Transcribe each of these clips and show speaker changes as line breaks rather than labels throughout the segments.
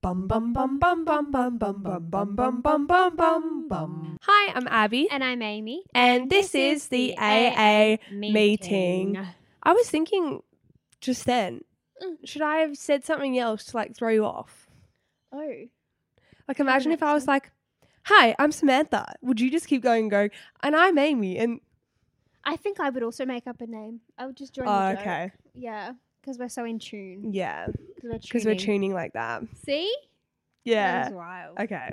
Bum bum bum bum bum bum bum bum bum bum bum bum bum bum. Hi, I'm Abby,
And I'm Amy.
and this is the AA meeting. I was thinking just then,
Mm.
should I have said something else to like throw you off?
Oh,
Like, imagine if I was like,
accent.
"Hi, I'm Samantha." Would you just keep going and going? And I'm Amy, and
I think I would also make up a name. I would just join. the
oh,
joke.
okay,
Yeah, because we're so in tune.
yeah,
Because
because we're tuning like that.
See? That
Yeah.
was wild.
Okay.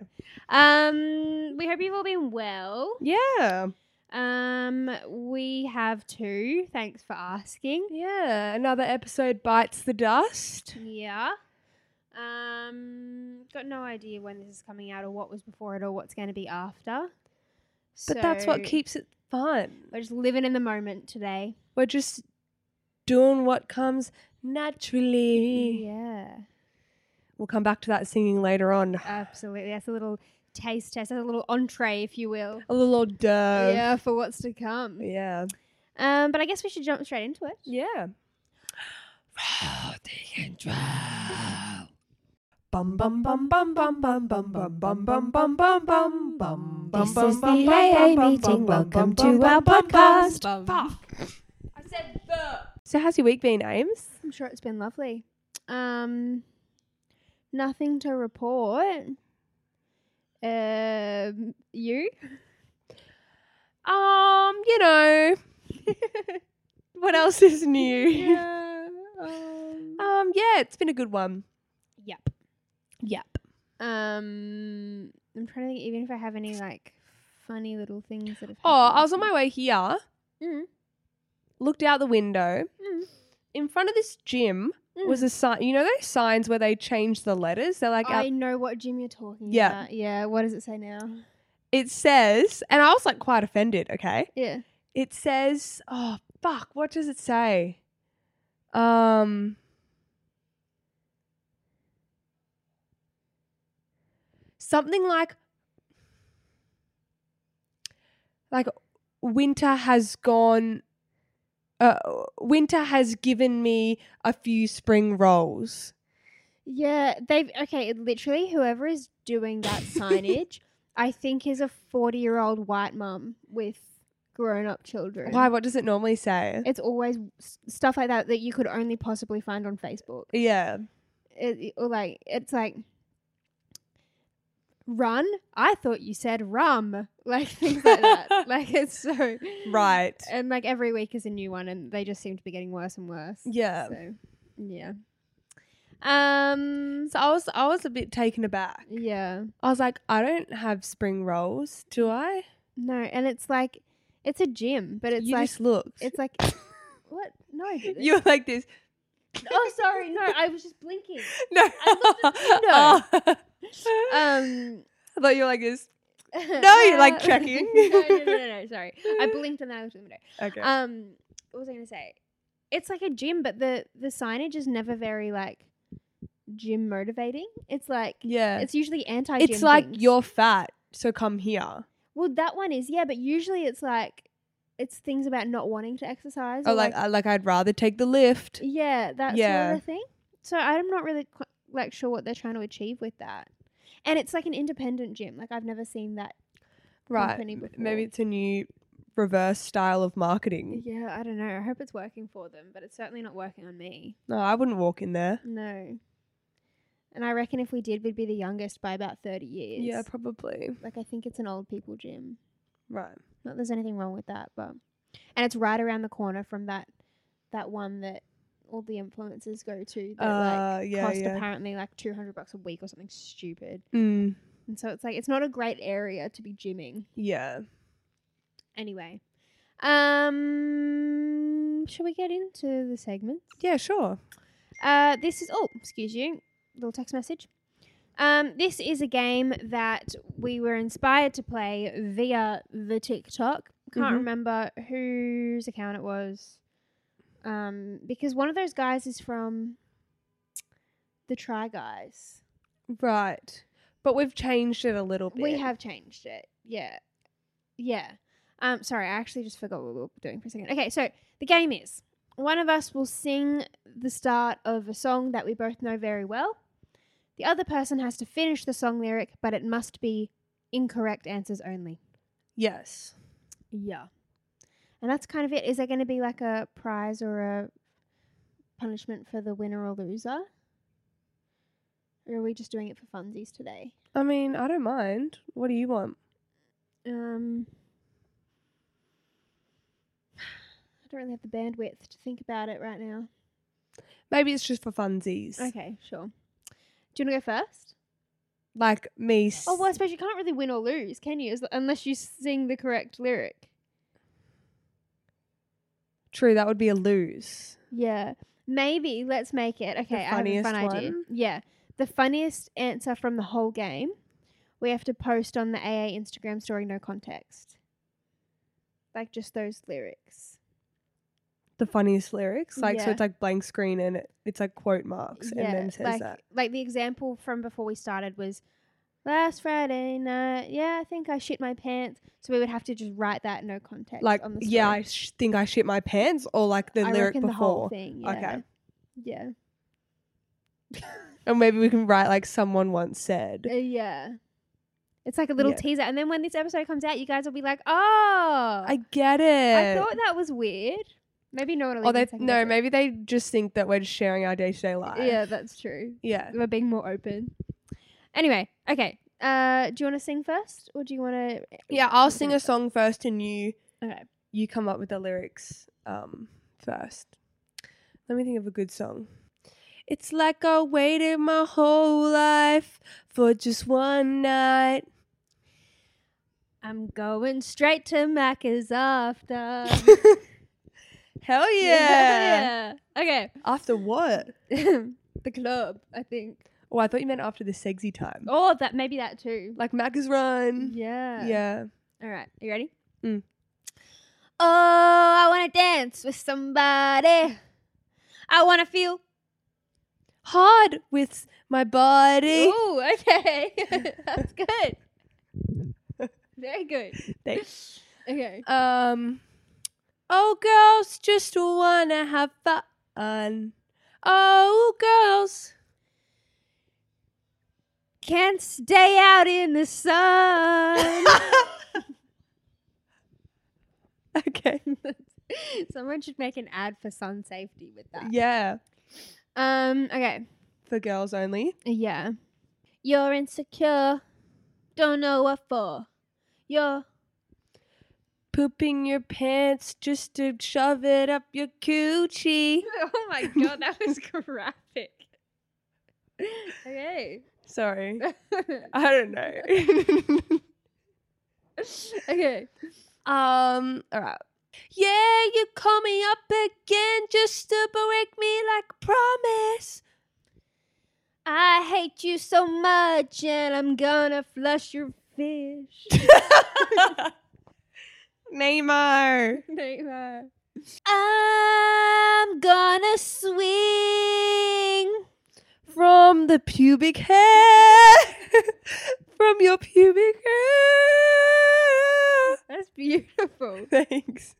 Um, we hope you've all been well.
Yeah.
Um, we have too. Thanks for asking.
Yeah. Another episode bites the dust.
Yeah. Um, got no idea when this is coming out or what was before it or what's going to be after.
But that's
So,
what keeps it fun.
We're just living in the moment today.
We're just doing what comes naturally.
Yeah.
We'll come back to that singing later on.
Absolutely. That's a little taste test, that's a little entree, if you will.
A little old dove.
yeah, for what's to come.
Um, Yeah.
Um, but I guess we should jump straight into it.
Yeah. Roll the intro. Bum bum bum bum bum bum bum bum bum bum bum bum bum bum.
This is the AA meeting. Welcome to our podcast.
I said the.
So how's your week been, Ames?
I'm sure it's been lovely. Um, nothing to report. Um, you?
Um, you know, what else is new?
um,
Um, yeah, it's been a good one.
yep.
Yep.
Um, I'm trying to think. Even if I have any like funny little things that have.
Oh, I was on my way here,
Mm,
looked out the window.
mm.
In front of this gym
Mm.
was a sign. You know those signs where they change the letters? They're like, uh,
I
up-
know what gym you're talking
Yeah.
about. Yeah. What does it say now?
it says, and I was like quite offended, okay?
Yeah.
It says, oh, fuck, what does it say? Um, something like, like winter has gone, uh, winter has given me a few spring rolls.
Yeah, they've okay. Literally, whoever is doing that signage, I think is a forty-year-old white mum with grown-up children.
Why? What does it normally say?
It's always s- stuff like that that you could only possibly find on Facebook.
yeah.
It, it- or like it's like run. I thought you said rum, like things like that. like it's so
Right.
And like every week is a new one, and they just seem to be getting worse and worse.
Yeah.
So, yeah. Um.
So I was I was a bit taken aback.
Yeah.
I was like, I don't have spring rolls, do I?
No, and it's like it's a gym, but it's
you
like
just looked.
it's like what? No, I didn't.
You're like this.
oh sorry, no, I was just blinking.
No.
I
Oh.
Um,
I thought you were like this. No, you're, like, checking.
no, no, no, no, no, sorry, I blinked and then I looked at the window.
Okay.
Um, what was I gonna say? It's like a gym, but the the signage is never very like gym motivating. It's like
yeah. It's,
it's usually anti. gym
like
things.
you're fat, so come here.
well, that one is yeah, but usually it's like it's things about not wanting to exercise.
Or Oh, like I like I'd rather take the lift.
Yeah, that's
Yeah.
another thing. So I'm not really qu- like sure what they're trying to achieve with that. And it's like an independent gym. Like I've never seen that.
Right.
company
M-
before.
Maybe it's a new reverse style of marketing.
Yeah, I don't know. I hope it's working for them, but it's certainly not working on me.
No, I wouldn't walk in there.
No. And I reckon if we did, we'd be the youngest by about 30 years.
Yeah, probably.
Like I think it's an old people gym.
Right.
Not there's anything wrong with that, but and it's right around the corner from that that one that all the influencers go to that
Uh,
like
yeah,
cost
yeah.
apparently like 200 bucks a week or something stupid.
Mm.
And so it's like it's not a great area to be gymming.
Yeah.
Anyway. Um should we get into the segments?
Yeah, sure.
Uh this is oh, excuse you. little text message. Um, this is a game that we were inspired to play via the TikTok. Can't
Mhm.
remember whose account it was. Um, because one of those guys is from the Try Guys.
Right. But we've changed it a little bit.
We have changed it. Yeah. Yeah. Um, sorry, I actually just forgot what we were doing for a second. Okay, so the game is one of us will sing the start of a song that we both know very well. The other person has to finish the song lyric, but it must be incorrect answers only.
Yes.
Yeah. And that's kind of it. Is there going to be like a prize or a punishment for the winner or loser? Or are we just doing it for funsies today?
I mean, I don't mind. What do you want?
Um, I don't really have the bandwidth to think about it right now.
Maybe it's just for funsies.
Okay, sure. Do you want to go first?
Like me. s-
Oh, well, I suppose you can't really win or lose, can you? As- Unless you sing the correct lyric.
True, that would be a lose.
Yeah. Maybe let's make it. Okay, I have a
funniest
fun idea.
one?
Yeah. The funniest answer from the whole game, we have to post on the AA Instagram story, no context. Like just those lyrics.
The funniest lyrics. Like, so
Yeah.
it's like blank screen and it, it's like quote marks and then says
like,
that.
Like the example from before we started was last Friday night. Yeah, I think I shit my pants. So we would have to just write that no context.
Like,
on the story.
yeah, I sh- think I shit my pants or like the
I
lyric
reckon
before.
the whole thing. Yeah.
Okay.
Yeah.
And maybe we can write like someone once said.
Uh, yeah. It's like a little
Yeah.
teaser, and then when this episode comes out, you guys will be like, "Oh,
I get it.
I thought that was weird." Maybe no one. Will
Or
even
Oh, they
second guess
no,
it.
maybe they just think that we're just sharing our day to day life.
Yeah, that's true.
Yeah.
We're being more open. Anyway, okay. Uh, do you want to sing first, or do you want to?
Yeah, I'll sing a song first and you
Okay.
you come up with the lyrics um first. Let me think of a good song. It's like I waited my whole life for just one night.
I'm going straight to Macca's after.
Hell yeah.
yeah. Okay.
After what?
the club, I think.
Oh, I thought you meant after the sexy time.
Oh, that maybe that too.
Like Macca's run.
Mm. Yeah.
yeah.
All right. You ready?
Mm.
Oh, I want to dance with somebody. I want to feel.
Hard with my body.
Ooh, okay. That's good. Very good.
Thanks.
Okay.
Um, oh, girls just wanna have fun. Oh, girls.
Can't stay out in the sun.
Um, Okay.
Someone should make an ad for sun safety with that.
Yeah,
Um, okay.
for girls only.
Yeah. You're insecure. Don't know what for. You're
Pooping your pants just to shove it up your coochie.
Oh my god, that was graphic. Okay.
Sorry, I don't know.
okay.
um, all right. Yeah, you call me up again just to break me like promise.
I hate you so much and I'm gonna flush your fish.
Neymar.
Nightmare. I'm gonna swing.
from the pubic hair, from your pubic hair.
That's beautiful.
Thanks.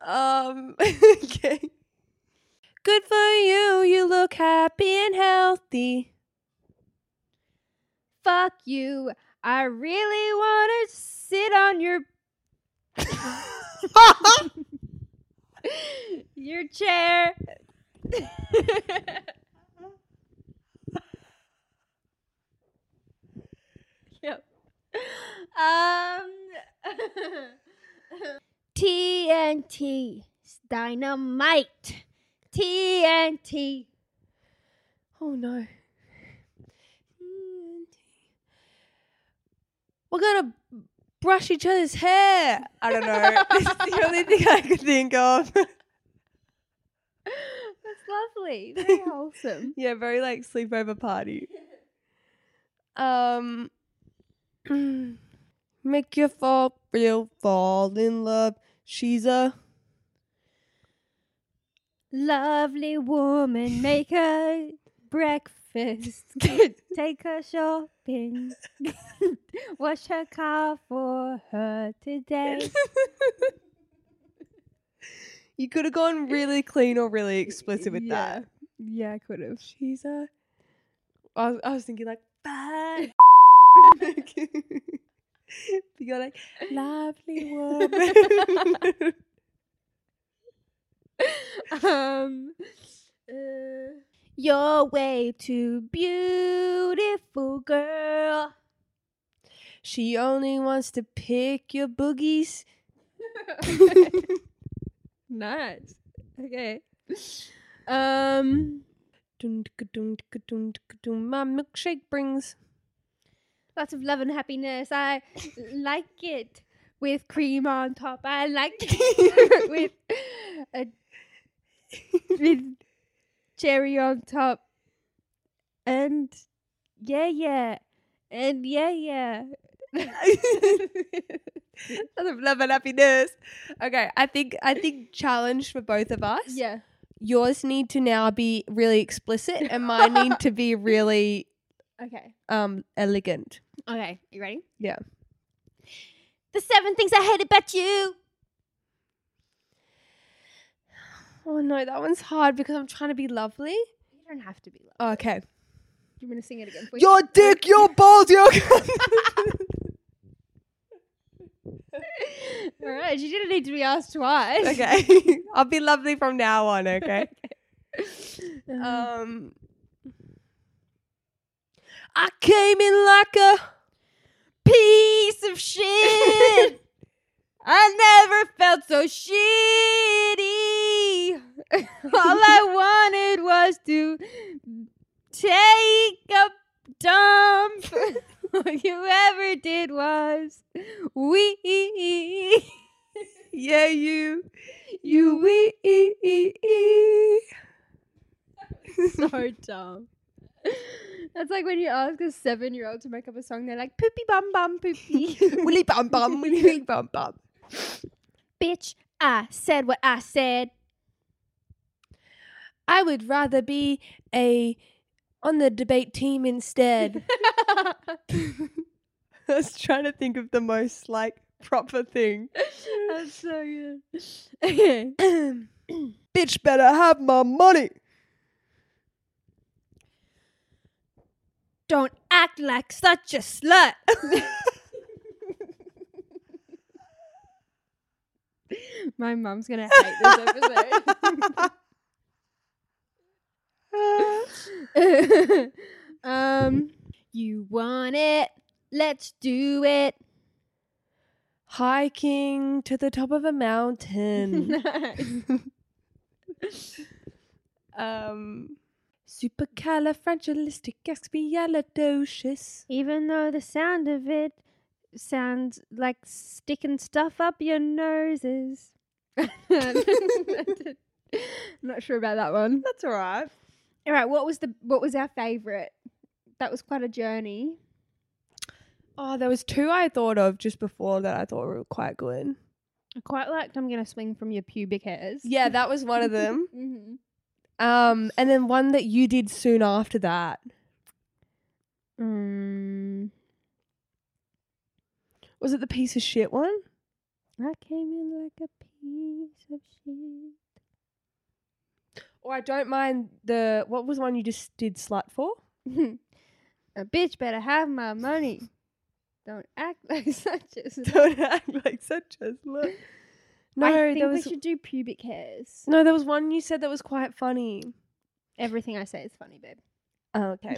Um, okay. Good for you. You look happy and healthy.
Fuck you. I really wanna sit on your your chair. yep. Um. TNT is dynamite. TNT.
Oh no. We're gonna brush each other's hair. I don't know. It's the only thing I could think of.
That's lovely. Very wholesome.
Yeah, very like sleepover party. Um, make you fall real, fall in love. She's a
Lovely woman, make her breakfast, take her shopping, wash her car for her today.
you could have gone really clean or really explicit with
Yeah.
that.
Yeah, I could have.
She's a. I was, I was thinking like bad.
Oh
You're like lovely woman.
um, uh, you're way too beautiful, girl.
she only wants to pick your boogies.
nice. Okay. Um,
Dun, dun, dun, dun, dun, dun, My milkshake brings.
lots of love and happiness. I like it with cream on top. I like it with a with cherry on top. And yeah, yeah, and yeah, yeah.
Lots of love and happiness. Okay, I think I think challenge for both of us.
Yeah.
Yours need to now be really explicit, and mine need to be really
Okay.
um elegant.
Okay. You ready?
Yeah.
The seven things I hate about you.
Oh no, that one's hard because I'm trying to be lovely.
You don't have to be loud.
Okay.
You want to sing it again? for you?
Your dick, your balls, your.
All right. You didn't need to be asked twice.
okay, I'll be lovely from now on. Okay. Um, I came in like a
piece of shit. I never felt so shitty. All I wanted was to take a dump. All you ever did was we.
yeah you you we e e e.
so dumb. That's like when you ask a seven year old to make up a song, they're like, poopy bum bum poopy.
Willy bum bum willy willy bum bum.
Bitch, I said what I said.
I would rather be a on the debate team instead. I was trying to think of the most like proper thing.
That's so good. Okay.
Bitch better have my money.
Don't act like such a slut. My mum's gonna hate episode. um, you want it? Let's do it.
Hiking to the top of a mountain. um supercalifragilisticexpialidocious.
Even though the sound of it sounds like sticking stuff up your noses. Not sure about that one.
That's all right.
All right, what was the what was our favorite? That was quite a journey.
Oh, there was two I thought of just before that I thought were quite good.
I quite liked I'm gonna swing from your pubic hairs.
Yeah, that was one of them.
hmm
Um, and then one that you did soon after that.
Mm.
Was it the piece of shit one?
I came in like a piece of shit.
Or I don't mind the what was the one you just did slut for?
a bitch better have my money. Don't act like such a slut.
Don't act like such a slut. No,
I think
there was
we should do pubic hairs.
no, there was one you said that was quite funny.
Everything I say is funny, babe.
Oh, okay.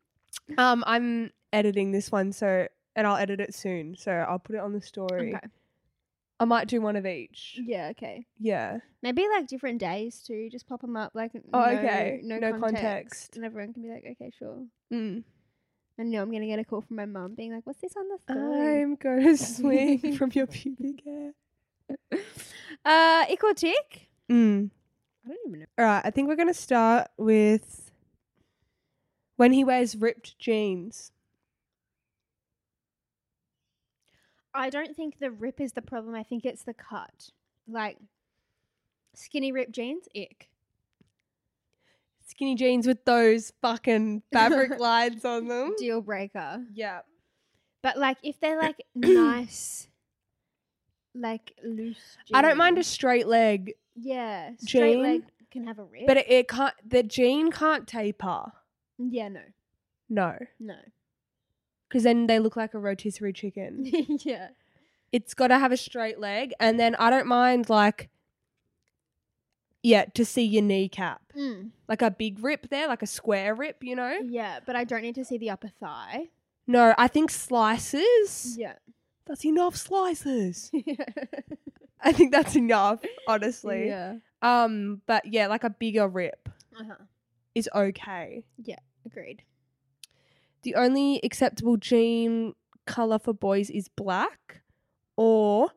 um, I'm editing this one, so and I'll edit it soon. So I'll put it on the story.
Okay.
I might do one of each.
Yeah, okay.
Yeah.
Maybe like different days too. Just pop them up like n-
Oh,
no-
okay.
No,
No
context.
context.
And everyone can be like, okay, sure.
Mm.
And no, I'm gonna get a call from my mum being like, what's this on the story?
I'm gonna swing from your pubic hair.
uh, equal tick.
Mm.
I don't even know.
All right, I think we're gonna start with when he wears ripped jeans.
I don't think the rip is the problem. I think it's the cut. Like skinny ripped jeans, ick.
Skinny jeans with those fucking fabric lines on them.
Deal breaker.
Yeah.
But like if they're like nice, like loose. Jeans,
I don't mind a straight leg,
yeah straight
jean,
leg can have a rip.
but it, it can't. The jean can't taper.
yeah, no,
No,
no,
because then they look like a rotisserie chicken.
yeah,
it's got to have a straight leg, and then I don't mind like, yeah, to see your kneecap,
mm.
like a big rip there, like a square rip, you know.
yeah. But I don't need to see the upper thigh.
No, I think slices.
Yeah,
That's enough slices.
yeah.
I think that's enough, honestly. Um, but yeah, like a bigger rip
Uh huh.
is okay.
Agreed.
The only acceptable jean color for boys is black or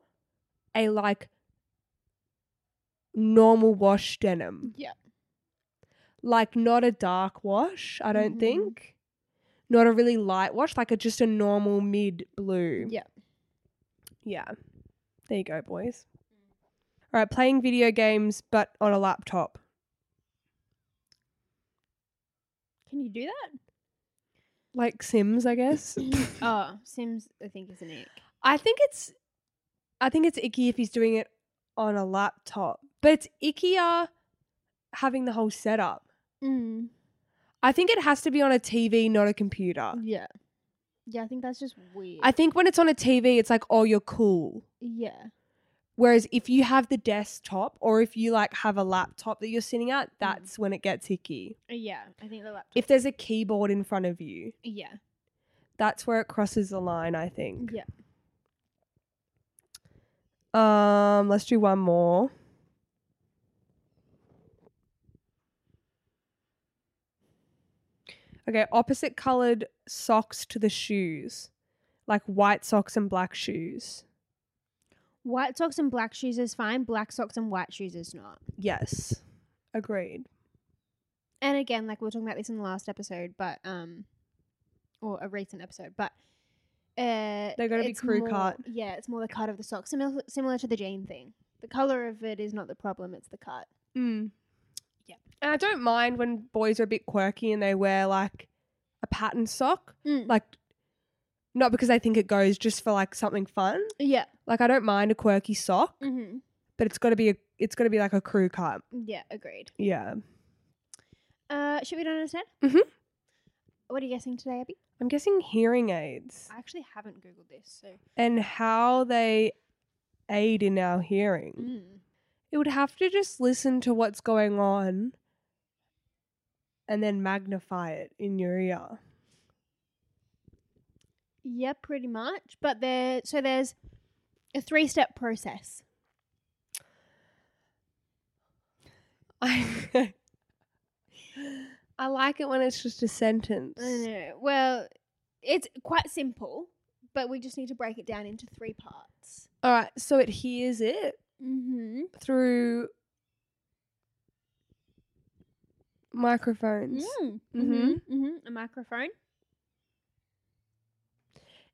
a like normal wash denim.
Yeah.
Like not a dark wash, I don't
Mhm.
think. Not a really light wash, like a just a normal mid blue.
Yeah.
Yeah. There you go, boys. All right, playing video games but on a laptop.
Can you do that?
Like Sims, I guess.
oh, Sims, I think is an ick.
I think it's I think it's icky if he's doing it on a laptop. But it's ickier having the whole setup.
Mm.
I think it has to be on a TV, not a computer.
Uh. Yeah. Yeah, I think that's just weird.
I think when it's on a TV, it's like, oh, you're cool.
yeah.
Whereas if you have the desktop or if you like have a laptop that you're sitting at, that's when it gets icky.
Uh, Yeah. I think the laptop.
If there's a keyboard in front of you,
yeah.
that's where it crosses the line, I think.
Yeah.
Um, let's do one more. Okay, opposite colored socks to the shoes. Like white socks and black shoes.
White socks and black shoes is fine. Black socks and white shoes is not.
Yes. Agreed.
And again, like we were talking about this in the last episode, but um or a recent episode, but uh
They're gonna be
it's
crew
more-
cut.
Yeah, it's more the cut of the sock. Similar similar to the jean thing. The colour of it is not the problem, it's the cut.
Mm.
Yeah.
And I don't mind when boys are a bit quirky and they wear like a pattern sock.
Mm.
Like not because they think it goes just for like something fun.
Yeah.
Like I don't mind a quirky sock,
Mm-hmm.
but it's gotta be a it's gotta be like a crew cut.
Yeah, agreed.
Yeah.
Uh should we don't understand?
Mhm.
What are you guessing today, Abby?
I'm guessing hearing aids
I actually haven't Googled this, so
and how they aid in our hearing.
Mm.
It would have to just listen to what's going on and then magnify it in your ear.
Yeah, pretty much. But there, so there's a three-step process.
I I like it when it's just a sentence.
Uh, Well, it's quite simple, but we just need to break it down into three parts.
All right, so it hears it
Mm-hmm.
through microphones.
Mm-hmm.
Mhm.
Mm-hmm. A microphone.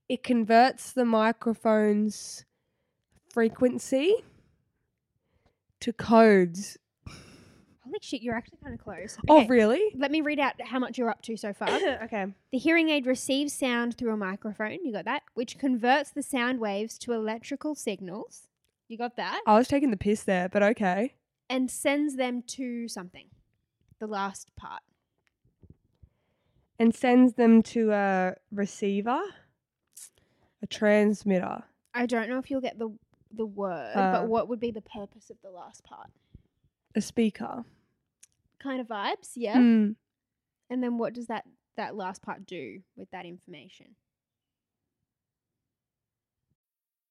It converts the microphone's frequency to codes.
Holy shit, you're actually kind of close.
Oh,
Okay,
really?
Let me read out how much you're up to so far.
okay.
The hearing aid receives sound through a microphone. You got that? Which converts the sound waves to electrical signals. You got that?
I was taking the piss there, but okay.
And sends them to something. The last part.
And sends them to a receiver, a transmitter.
I don't know if you'll get the the word,
Uh.
but what would be the purpose of the last part?
a speaker.
Kind of vibes, yeah.
Mm.
And then what does that that last part do with that information?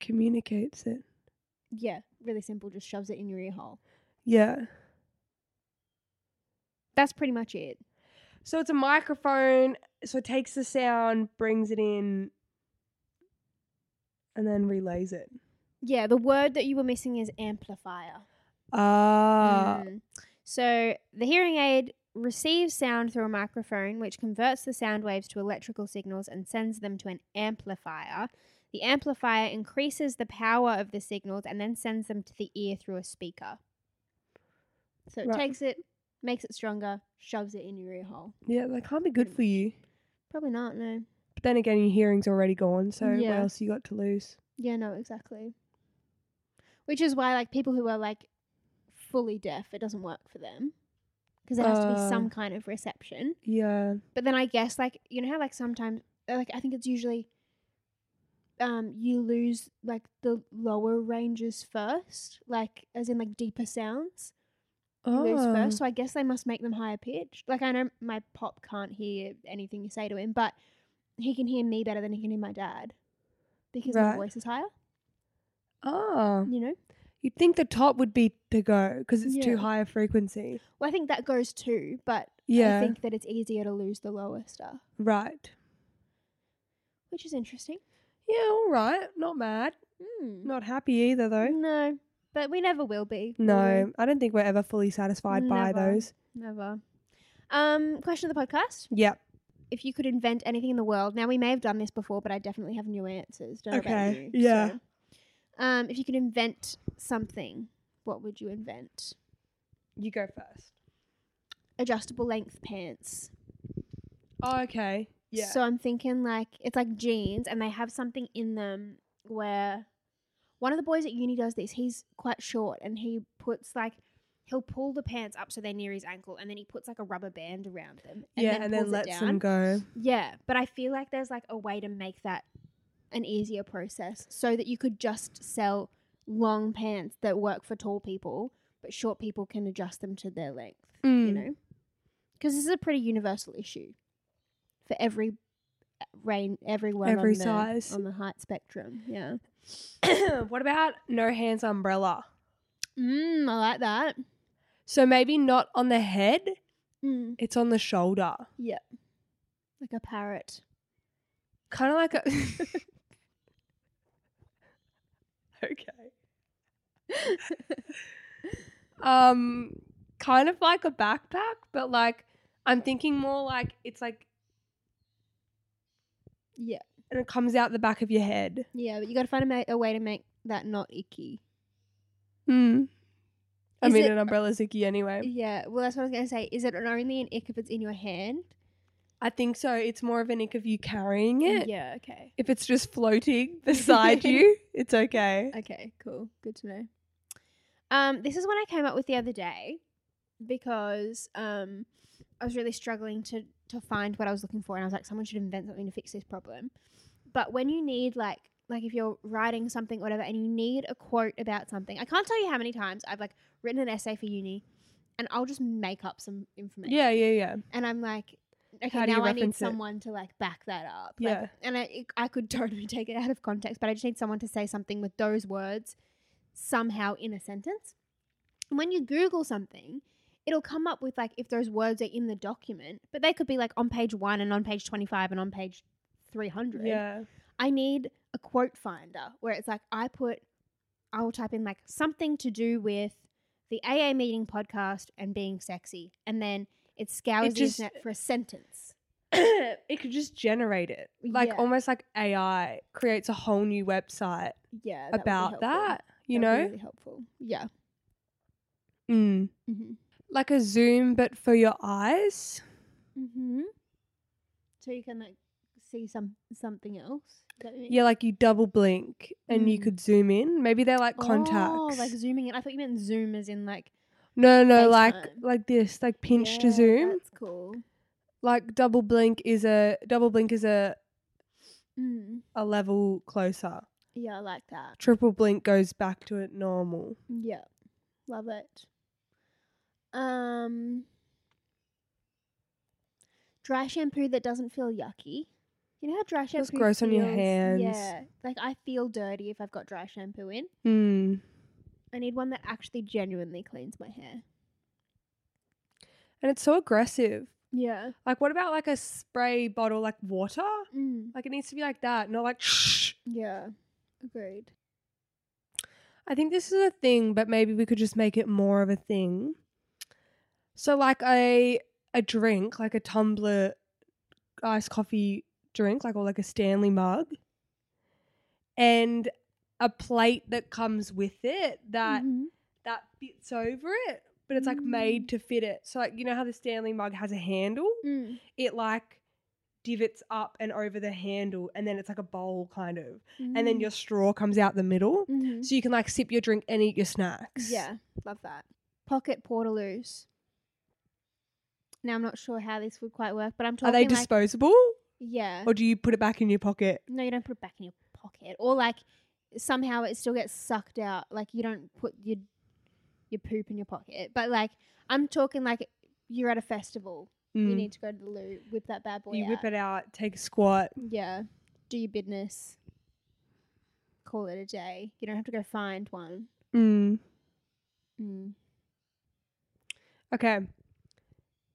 Communicates it.
Yeah, really simple. Just shoves it in your ear hole.
Yeah.
That's pretty much it.
So it's a microphone. So it takes the sound, brings it in, and then relays it.
Yeah, the word that you were missing is amplifier.
Ah.
Mm. So the hearing aid receives sound through a microphone, which converts the sound waves to electrical signals and sends them to an amplifier. The amplifier increases the power of the signals and then sends them to the ear through a speaker. So it
Right.
takes it, makes it stronger, shoves it in your ear hole.
Yeah, that can't be good for you.
Probably not, no.
But then again, your hearing's already gone, so what
Yeah.
else you got to lose?
Yeah, no, exactly. Which is why, like, people who are like fully deaf, it doesn't work for them because there has to
Uh.
be some kind of reception.
Yeah.
But then I guess, like, you know how, like, sometimes, uh, like, I think it's usually, um, you lose like the lower ranges first, like, as in like deeper sounds you lose
Oh. Ah.
first. So I guess they must make them higher pitched. Like I know my pop can't hear anything you say to him, but he can hear me better than he can hear my dad because
Right.
my voice is higher.
Ah.
You know.
You'd think the top would be to go because it's too
Yeah.
high a frequency.
Well, I think that goes too, but
Yeah.
I think that it's easier to lose the lower stuff,
Right.
which is interesting.
Yeah, all right. Not mad. Mm,
Mm.
Not happy either, though.
No, but we never will be. will
No, I don't think we're ever fully satisfied by
Never.
those.
we? never. Um, question of the podcast:
Yep.
If you could invent anything in the world, now we may have done this before, but I definitely have new answers. Don't know about
Okay,
you,
yeah.
so. Um, if you could invent something, what would you invent?
You go first.
adjustable length pants.
Oh, okay. Yeah.
So I'm thinking like it's like jeans and they have something in them where one of the boys at uni does this. He's quite short and he puts like he'll pull the pants up so they're near his ankle and then he puts like a rubber band around them.
yeah, and then
pulls it
lets
down.
them go.
Yeah, but I feel like there's like a way to make that an easier process so that you could just sell long pants that work for tall people, but short people can adjust them to their length, you
Mm.
know? Because this is a pretty universal issue for every uh, rain, everyone
Every
on the,
size.
on the height spectrum. Yeah.
what about no hands umbrella?
Mm, I like that.
So maybe not on the head,
Mm.
it's on the shoulder.
Yep. Like a parrot.
Kind of like a. okay. um kind of like a backpack but like i'm thinking more like it's like
Yeah.
and it comes out the back of your head
Yeah, but you got to find a, ma- a way to make that not icky.
mm. i
Hmm. Is
mean
it-
an umbrella's icky anyway
Yeah, well, that's what I was going to say. Is it only an ick if it's in your hand?
i think so it's more of an ick of you carrying it
Yeah, okay.
if it's just floating beside you it's okay
Okay, cool. Good to know. Um, this is one I came up with the other day because um, I was really struggling to, to find what I was looking for, and I was like, someone should invent something to fix this problem. But when you need, like, like if you're writing something, whatever, and you need a quote about something, I can't tell you how many times I've like written an essay for uni, and I'll just make up some information.
yeah yeah yeah
and I'm like, okay,
How do you
now I need
reference it?
someone to like back that up. Like,
Yeah.
and I it- I could totally take it out of context, but I just need someone to say something with those words somehow in a sentence. And when you Google something, it'll come up with like if those words are in the document, but they could be like on page one and on page twenty five and on page three hundred.
yeah
I need a quote finder where it's like I put I will type in like something to do with the AA meeting podcast and being sexy and then it scours
It
the
just-
internet for a sentence.
it could just generate it like
Yeah. Uh,
almost like ai creates a whole new website
Yeah.
about that you know
really helpful. Yeah.
mm.
Mm-hmm.
like a zoom but for your eyes
mm-hmm. So you can like see some something else. Is that what you mean?
Yeah, like you double blink and you
Mm.
could zoom in. Maybe they're like
Oh,
contacts.
like zooming in. I thought you meant zoom as in like
no, no, like
FaceTime.
like this, like pinch to
Yeah,
zoom.
That's cool.
Like double blink is a double blink is a
Mm.
a level closer.
Yeah, I like that.
Triple blink goes back to it normal.
Yeah. Love it. Um dry shampoo that doesn't feel yucky. You know how dry shampoo
Feels gross on your
feels-
hands.
Yeah. Like I feel dirty if I've got dry shampoo in.
Hmm.
I need one that actually genuinely cleans my hair.
And it's so aggressive.
Yeah.
Like what about like a spray bottle like water?
Mm.
Like it needs to be like that, not like shh.
Yeah. Agreed.
I think this is a thing, but maybe we could just make it more of a thing. So like a a drink, like a tumbler iced coffee drink, like or like a Stanley mug. And a plate that comes with it that
Mhm.
that fits over it, but it's like made to fit it. So like you know how the Stanley mug has a handle?
Mm.
It like divots up and over the handle and then it's like a bowl kind of. And then
Mm.
your straw comes out the middle
Mhm.
so you can like sip your drink and eat your snacks.
Yeah, love that. Pocket portaloos. Now I'm not sure how this would quite work, but I'm
Are
talking
they
like
disposable
yeah.
or do you put it back in your pocket?
No, you don't put it back in your pocket, or like somehow it still gets sucked out. Like you don't put your your poop in your pocket, but like I'm talking like you're at a festival, you
Mm.
need to go to the loo, whip that bad boy
You
out.
whip it out, take a squat.
Yeah, do your business. Call it a day. You don't have to go find one.
Mm.
Mm.
Okay.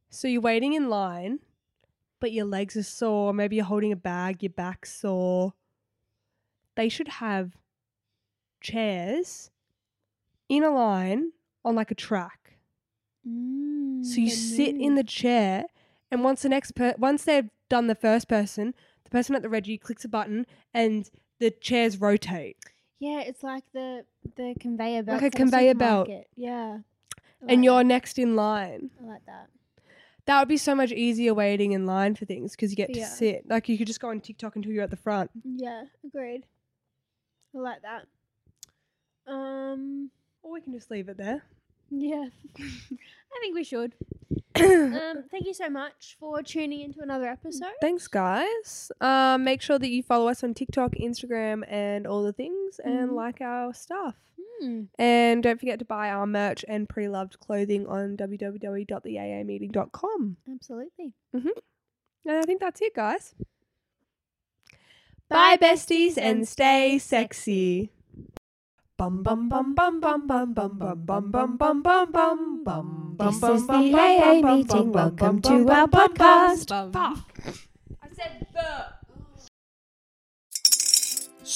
So you're waiting in line, but your legs are sore. Maybe you're holding a bag, your back's sore. They should have chairs in a line on like a track.
Mm,
So you
they
sit
move.
in the chair, and once the next per- once they've done the first person, the person at the ready clicks a button, and the chairs rotate,
Yeah, it's like the the conveyor belt.
Like a conveyor belt.
Yeah. I like
and you're
that.
next in line.
I like that.
That would be so much easier waiting in line for things because you get to
Yeah.
sit. Like you could just go on TikTok until you're at the front.
Yeah, agreed. I like that. Um.
Or we can just leave it there.
Yeah. I think we should. Um. Thank you so much for tuning into another episode.
Thanks, guys. Um, make sure that you follow us on TikTok, Instagram, and all the things, and
Mhm.
like our stuff.
Mm.
And don't forget to buy our merch and pre-loved clothing on www.theaameeting.com.
Absolutely.
And I think that's it, guys.
Bye,
besties,
and
stay sexy.
Bum bum bum bum bum bum bum bum bum bum bum bum bum bum.
This
is the AA meeting. Welcome to our podcast.